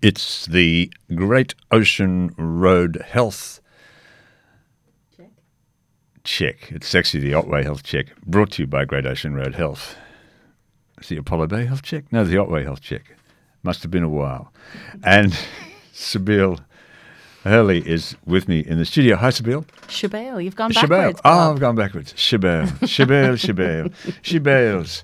It's the Great Ocean Road Health Check. Check. It's actually the Otway Health Check, brought to you by Great Ocean Road Health. It's the Apollo Bay Health Check? No, the Otway Health Check. Must have been a while. And Sabil Hurley is with me in the studio. Hi, Sabil. Shabelle, you've gone Shabelle. backwards. Oh, I've gone backwards. Shabelle. Shabelle, Shabelle. She bails.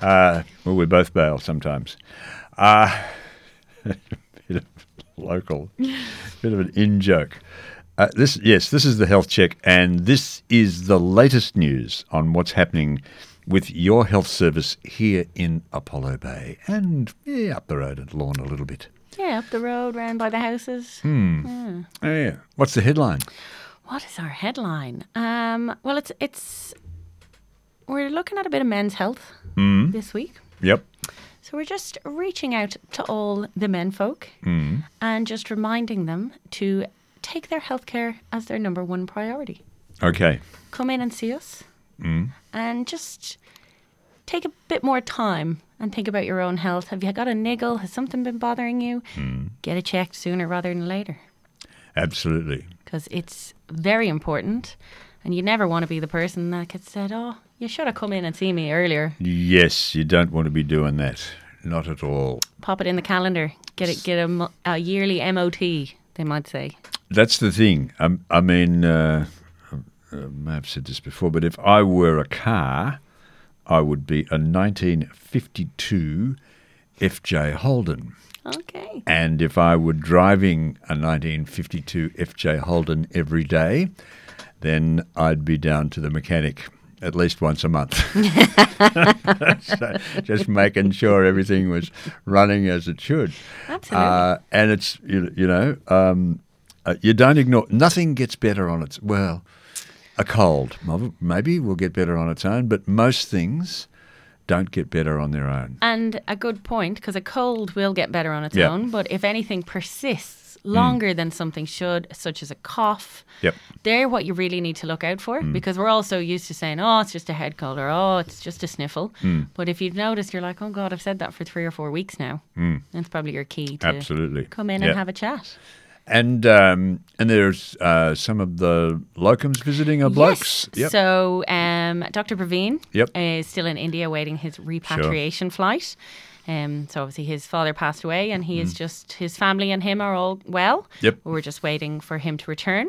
Uh, well, we both bail sometimes. Uh, bit of local, bit of an in joke. Uh, this yes, this is the health check, and this is the latest news on what's happening with your health service here in Apollo Bay and yeah, up the road at Lawn a little bit. Yeah, up the road, round by the houses. Oh, yeah. What's the headline? What is our headline? Um, well, it's it's we're looking at a bit of men's health this week. Yep. So we're just reaching out to all the men folk and just reminding them to take their healthcare as their number one priority. Okay. Come in and see us and just take a bit more time and think about your own health. Have you got a niggle? Has something been bothering you? Get it checked sooner rather than later. Absolutely. because it's very important and you never want to be the person that gets said oh you should have come in and seen me earlier Yes, you don't want to be doing that. Not at all. pop it in the calendar get it get a, mo- a yearly mot they might say That's the thing. i I mean, uh, I may have said this before, but if I were a car, I would be a 1952 FJ Holden. okay And if I were driving a 1952 FJ Holden every day, then I'd be down to the mechanic at least once a month. so just making sure everything was running as it should. Absolutely. Uh, and it's, you, you know, um, uh, you don't ignore, nothing gets better on its, well, a cold mo- maybe will get better on its own, but most things don't get better on their own. and a good point because a cold will get better on its Yeah. own but if anything persists longer than something should such as a cough Yep. they're what you really need to look out for because we're all so used to saying oh it's just a head cold or oh it's just a sniffle but if you've noticed you're like oh god i've said that for three or four weeks now that's probably your key to Absolutely. come in Yeah. and have a chat. And um, and there's uh, some of the locums visiting are blokes. Yes. So um, Dr. Praveen Yep. is still in India awaiting his repatriation flight. Um, so obviously his father passed away and he is just his family and him are all well. Mm-hmm. Yep. We're just waiting for him to return.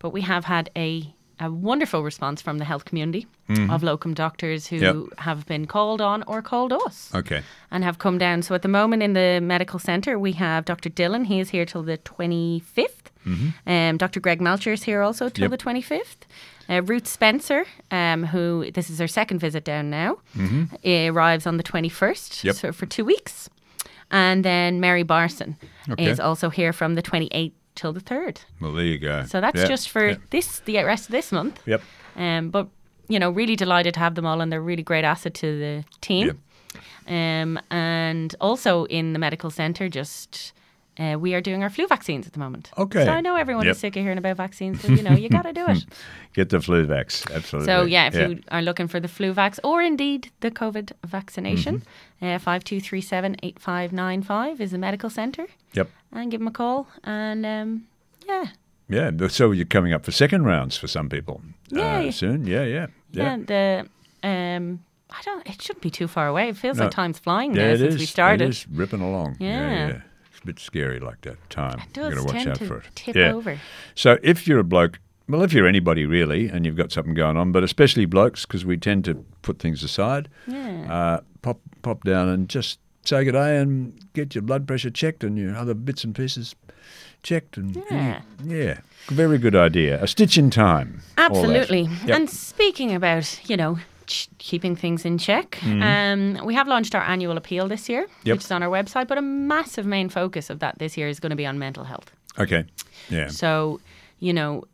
But we have had a a wonderful response from the health community of locum doctors who Mm-hmm. Yep. have been called on or called us. Okay. and have come down. So at the moment in the medical centre, we have Dr. Dillon. He is here till the 25th. Um, Dr. Greg Melcher is here also till Mm-hmm. Yep. the 25th. Uh, Ruth Spencer, um, who this is her second visit down now, eh, arrives on the 21st Mm-hmm. Yep. so for two weeks. And then Mary Barson Okay. is also here from the 28th till the 3rd. Well, there you go. So that's Yeah. just for Yeah. this the rest of this month. Yep. Um, but you know, really delighted to have them all, and they're a really great asset to the team. Yep. Um, and also in the medical centre, just uh, we are doing our flu vaccines at the moment. Okay. So I know everyone Yep. is sick of hearing about vaccines, so you know you got to do it. Get the flu vax. Absolutely. So yeah, if you are looking for the flu vax or indeed the COVID vaccination, Mm-hmm. uh, five two three seven eight five nine five is the medical centre, Yep. and give them a call. And um, yeah, Yeah. but So you're coming up for second rounds for some people uh, Yay. soon. Yeah. Yeah. Yeah, the um, I don't. It shouldn't be too far away. It feels No. like time's flying Yeah, now it since is. we started. It is ripping along. yeah, Yeah. yeah. It's a bit scary like that time. It You've got does to watch tend out to for it. tip yeah. over. So if you're a bloke, well, if you're anybody really, and you've got something going on, but especially blokes, because we tend to put things aside. Yeah. Uh, pop pop down and just say good day and get your blood pressure checked and your other bits and pieces checked and mm, Yeah. yeah. very good idea. A stitch in time. all that. Absolutely. Yep. And speaking about, you know, ch- keeping things in check, um, we have launched our annual appeal this year, Mm-hmm. Yep. which is on our website. But a massive main focus of that this year is going to be on mental health. Okay. Yeah. So, you know,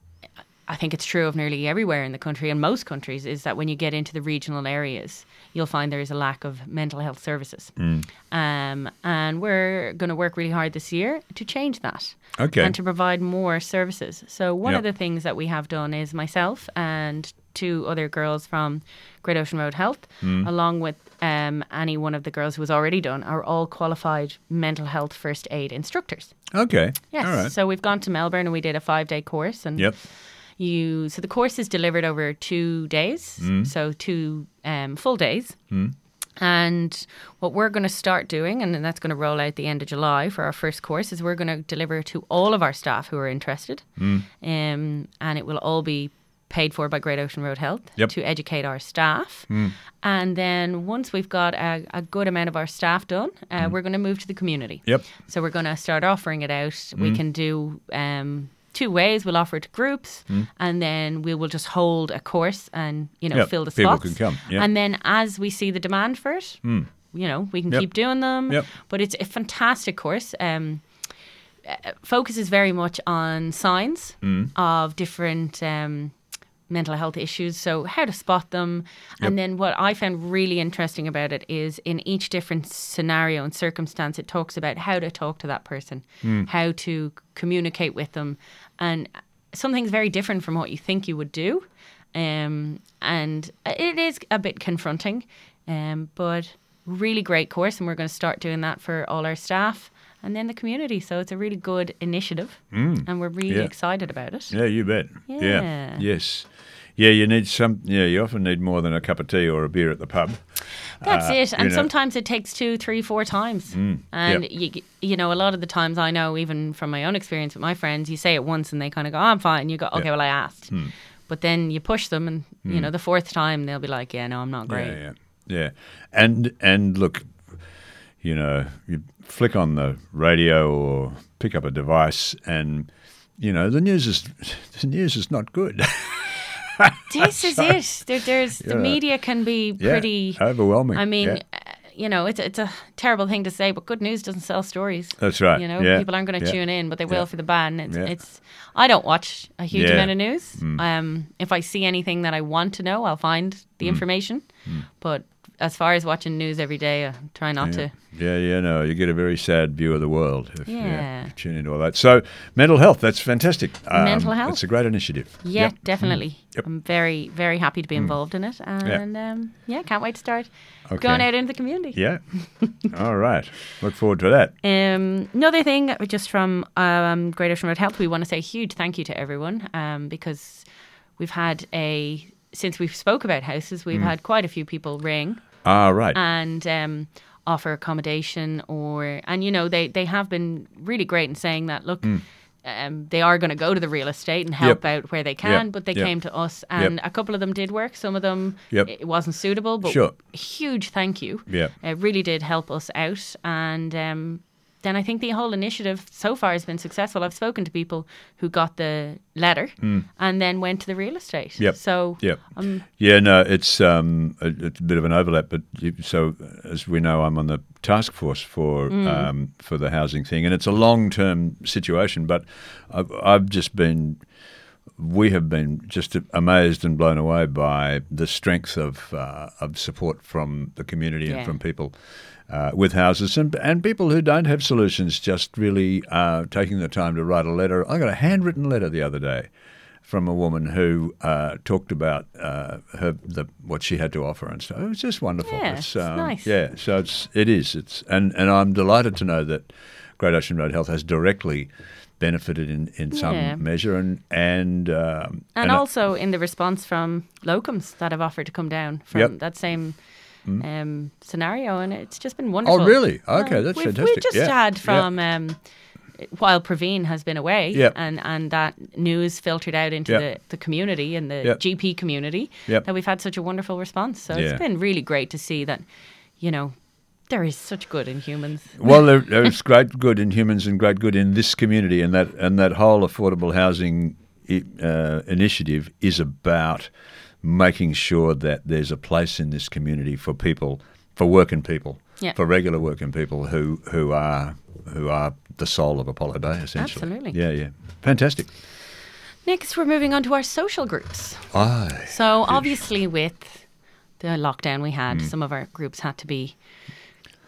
I think it's true of nearly everywhere in the country and most countries is that when you get into the regional areas, you'll find there is a lack of mental health services. Um, and we're going to work really hard this year to change that Okay. and to provide more services. So, one of Yep. the things that we have done is myself and two other girls from Great Ocean Road Health, along with um, Annie, one of the girls who was already done, are all qualified mental health first aid instructors. Okay. Yes. All right. So we've gone to Melbourne and we did a five day course and Yep. you so the course is delivered over two days, Mm. so two um, full days. And what we're going to start doing, and that's going to roll out the end of July for our first course, is we're going to deliver to all of our staff who are interested, Mm. um, and it will all be paid for by Great Ocean Road Health Yep. Mm. to educate our staff. And then once we've got a, a good amount of our staff done, uh, we're going to move to the community. Mm. Yep. Mm. So we're going to start offering it out. We can do um, two ways. We'll offer it to groups, Mm. and then we will just hold a course and you know Yep, fill the people spots. can come, yeah. And then as we see the demand for it, you know we can Hmm. Yep. keep doing them. Yep. But it's a fantastic course. Um, uh, focuses very much on signs of different. Um, mental health issues so how to spot them and then what i found really interesting about it is in each different scenario and circumstance it talks about how to talk to that person how to communicate with them and something's very different from what you think you would do um, and it is a bit confronting um, but really great course and we're going to start doing that for all our staff and then the community so it's a really good initiative and we're really Mm. Yeah. excited about it Yeah, you bet. Yeah. Yeah. Yes. Yeah, you need some. Yeah, you often need more than a cup of tea or a beer at the pub. That's Uh, it. you And know. Mm. sometimes it takes two, three, four times. and yep. you, g- you know, a lot of the times I know, even from my own experience with my friends, you say it once and they kind of go, "Oh, "I'm fine." You go, "Okay, well, I asked." Hmm. But then you push them, and you know, the fourth time they'll be like, "Yeah, no, I'm not great." Yeah, yeah, yeah. And and look, you know, you flick on the radio or pick up a device, and you know the news is the news is not good. This is it. There, there's the Yeah. media can be yeah, pretty. overwhelming. I mean, Yeah. uh, you know, it's it's a terrible thing to say, but good news doesn't sell stories. that's right. You know, yeah, people aren't going to yeah. tune in, but they Yeah. will for the ban. It's, Yeah. it's. I don't watch a huge Yeah. Mm. amount of news. Um, if I see anything that I want to know, I'll find Mm. the information. But as far as watching news every day, I try not Yeah. to. yeah, yeah, no, you get a very sad view of the world if you- Yeah. you tune into all that. So, mental health, that's fantastic. Um, Mental health. It's a great initiative. Yeah, Yep. definitely. Mm. Yep. Mm. I'm very, very happy to be involved in it, and yeah, um, yeah can't wait to start going Okay. out into the community. Yeah. all right. Look forward to that. Um, another thing, just from um, Great Ocean Road Health, we want to say a huge thank you to everyone um, because we've had a since we spoke about houses, we've had quite a few people ring All right. and um, offer accommodation or and you know they they have been really great in saying that look. Mm. Um, they are going to go to the real estate and help out where they can, but they Yep. came to us, and a couple of them did work. Some of them Yep. it wasn't suitable, but Sure. huge thank you. Yeah. It really did help us out. And um, then I think the whole initiative so far has been successful. I've spoken to people who got the letter and then went to the real estate. Mm. Yep. So Yep. um, Yeah, no, it's um, a, it's a bit of an overlap, but you, so as we know, I'm on the task force for um, for the housing thing, and it's a long term situation. But I've, I've just been, we have been just amazed and blown away by the strength of uh, of support from the community Yeah. and from people. Uh, with houses and and people who don't have solutions, just really uh, taking the time to write a letter. I got a handwritten letter the other day from a woman who uh, talked about uh, her the what she had to offer and stuff. It was just wonderful. um, Yeah, it's nice. Yeah, so it's it is it's and and I'm delighted to know that Great Ocean Road Health has directly benefited in, in some Yeah. measure and and um, and, uh, also in the response from locums that have offered to come down from Yep. Hmm. that same um, scenario, and it's just been oh wonderful. really okay Yeah. that's we've, fantastic. We just Yeah, had yeah. from um, while Praveen has been away, Yep. and and that news filtered out into Yep. the, the community and the Yep. GP community Yep. that we've had such a wonderful response. So Yeah. it's been really great to see that, you know, there is such good in humans. well, there, there's great good in humans and great good in this community, and that and that whole affordable housing i- uh, initiative is about making sure that there's a place in this community for people, for working people, Yeah. for regular working people who who are who are the soul of Apollo Bay, essentially. Absolutely. Yeah, yeah, fantastic. Next, we're moving on to our social groups. Aye. So, obviously, with the lockdown we had, some of our groups had to be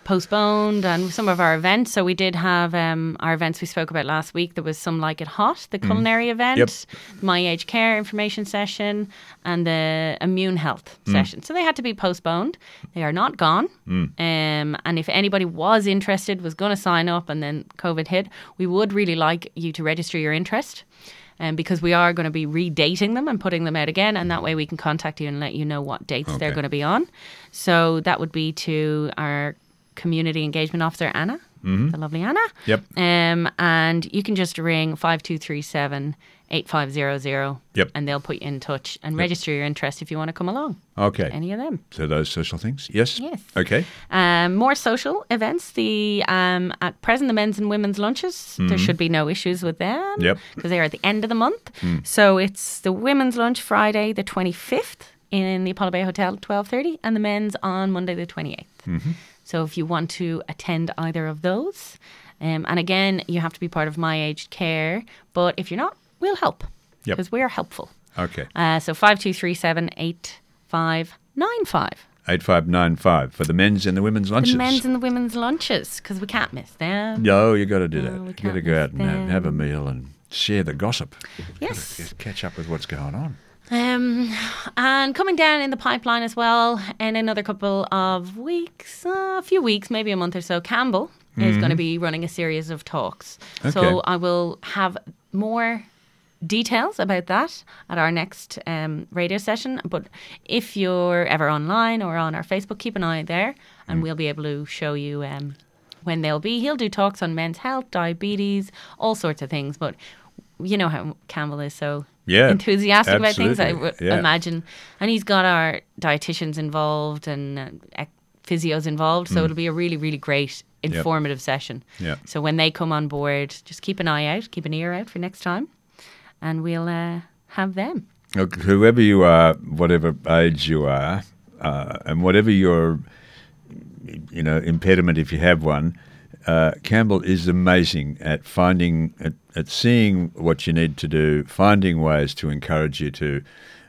postponed and some of our events. So, we did have um, our events we spoke about last week. There was some Like It Hot, the culinary event, My Age Care information session, and the immune health session. So, they had to be postponed. They are not gone. Um, and if anybody was interested, was going to sign up, and then COVID hit, we would really like you to register your interest um, because we are going to be redating them and putting them out again, and that way we can contact you and let you know what dates they're Okay. going to be on. So that would be to our community engagement officer Anna, the lovely Anna. Yep. Um, and you can just ring 5237 8500 Yep. and they'll put you in touch and register your interest if you want to come along. Okay. Any of them. so those social things? Yes. Yes. Okay. Um, more social events. The um, at present the men's and women's lunches. There should be no issues with them. Mm-hmm. Yep. Mm. Because they are at the end of the month. So it's the women's lunch Friday the twenty fifth in the Apollo Bay Hotel twelve thirty, and the men's on Monday the twenty Mm-hmm. So if you want to attend either of those, um, and again you have to be part of my aged care. But if you're not, we'll help Yep. because we are helpful. Okay. Uh, so five two three seven eight five nine five. 8595 for the men's and the women's lunches. The men's and the women's lunches because we can't miss them. no, you got to do that. Oh, we you got can't to go miss out and have, have a them. meal and share the gossip. Yes. Catch up with what's going on. Um, and coming down in the pipeline as well, in another couple of weeks, uh, a few weeks, maybe a month or so, Campbell is going to be running a series of talks. Mm-hmm. Okay. So I will have more details about that at our next um, radio session. But if you're ever online or on our Facebook, keep an eye out there Mm. and we'll be able to show you um, when they'll be. He'll do talks on men's health, diabetes, all sorts of things. But you know how Campbell is so Yeah, enthusiastic about things. I absolutely. would Yeah. imagine. And he's got our dietitians involved and uh, ec- physios involved. So it'll be a really, really great informative session. Mm. Yep. So when they come on board, just keep an eye out, keep an ear out for next time, and we'll uh, have them. Look, whoever you are, whatever age you are, uh, and whatever your you know impediment if you have one, uh, Campbell is amazing at finding at, at seeing what you need to do, finding ways to encourage you to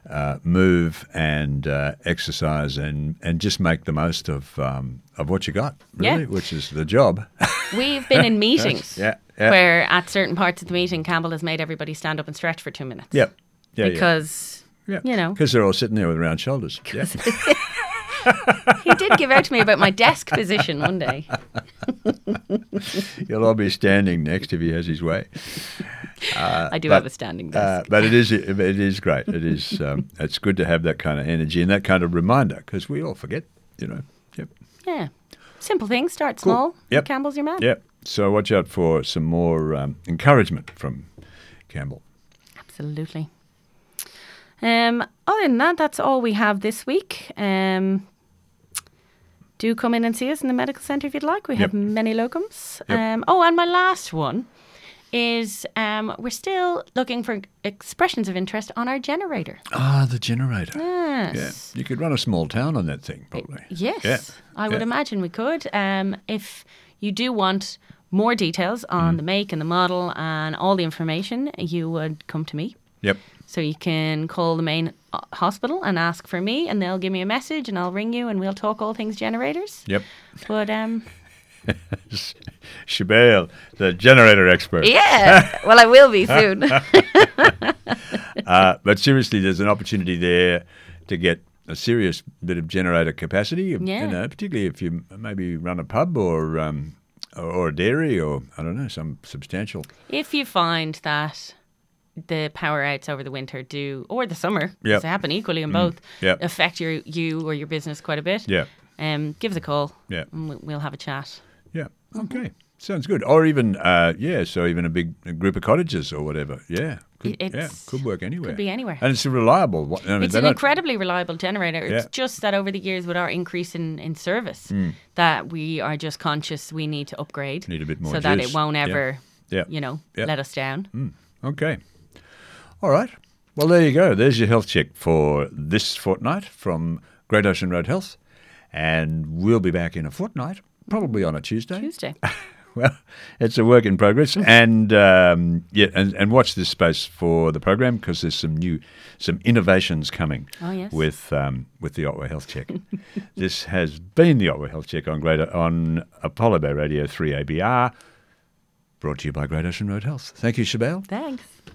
uh, move and uh, exercise and and just make the most of um, of what you got, really, Yeah. which is the job. We've been in meetings Yeah, yeah. where at certain parts of the meeting, Campbell has made everybody stand up and stretch for two minutes. yep. Yeah, because yeah. you know. because they're all sitting there with round shoulders. Yeah. he did give out to me about my desk position one day. You'll all be standing next if he has his way. I do but, have a standing Uh, desk. but it is it is great. It is um, it's good to have that kind of energy and that kind of reminder because we all forget, you know. Yep. yeah, simple things. Start Cool. small. Yep. Campbell's your man. Yep. So watch out for some more um, encouragement from Campbell. Absolutely. Um, other than that, that's all we have this week. Um, do come in and see us in the medical centre if you'd like. We have Yep. many locums. Yep. Um, oh, and my last one is um, we're still looking for expressions of interest on our generator. Ah, the generator. Yeah. Yes. You could run a small town on that thing, probably. Yes, Yeah. I would Yeah. imagine we could. Um, if you do want more details on Mm. the make and the model and all the information, you would come to me. Yep. So you can call the main uh, hospital and ask for me, and they'll give me a message, and I'll ring you, and we'll talk all things generators. Yep. But um, Shabelle, the generator expert. yeah, well, I will be soon. Uh, but seriously, there's an opportunity there to get a serious bit of generator capacity. you Yeah. know, particularly if you m- maybe run a pub or um, or a dairy or I don't know some substantial. if you find that the power outs over the winter do, or the summer, 'cause Yep. they happen equally in both, Yep. affect your you or your business quite a bit. Mm. Yeah, Um, give us a call. Yeah. And we- we'll have a chat. yeah. Okay, sounds good. Or even uh, yeah, so even a big a group of cottages or whatever. Yeah, could, It- yeah, it's- could work anywhere. be anywhere. And it's a reliable. one. I mean, It's they an don't- incredibly reliable generator. It's Yeah. Hmm. just that over the years, with our increase in, in service, that we are just conscious we need to upgrade. Need a bit more So that juice. it won't Yeah. ever, Yeah. you know, Yeah. Hmm. let us down. Okay. All right. Well, there you go. There's your health check for this fortnight from Great Ocean Road Health. And we'll be back in a fortnight, probably on a Tuesday, Tuesday. well, it's a work in progress, and um, yeah, and, and watch this space for the program because there's some new, some innovations coming Oh, yes. with um, with the Otway Health Check. this has been the Otway Health Check on Greater on Apollo Bay Radio Three ABR, brought to you by Great Ocean Road Health. Thank you, Shabelle. Thanks.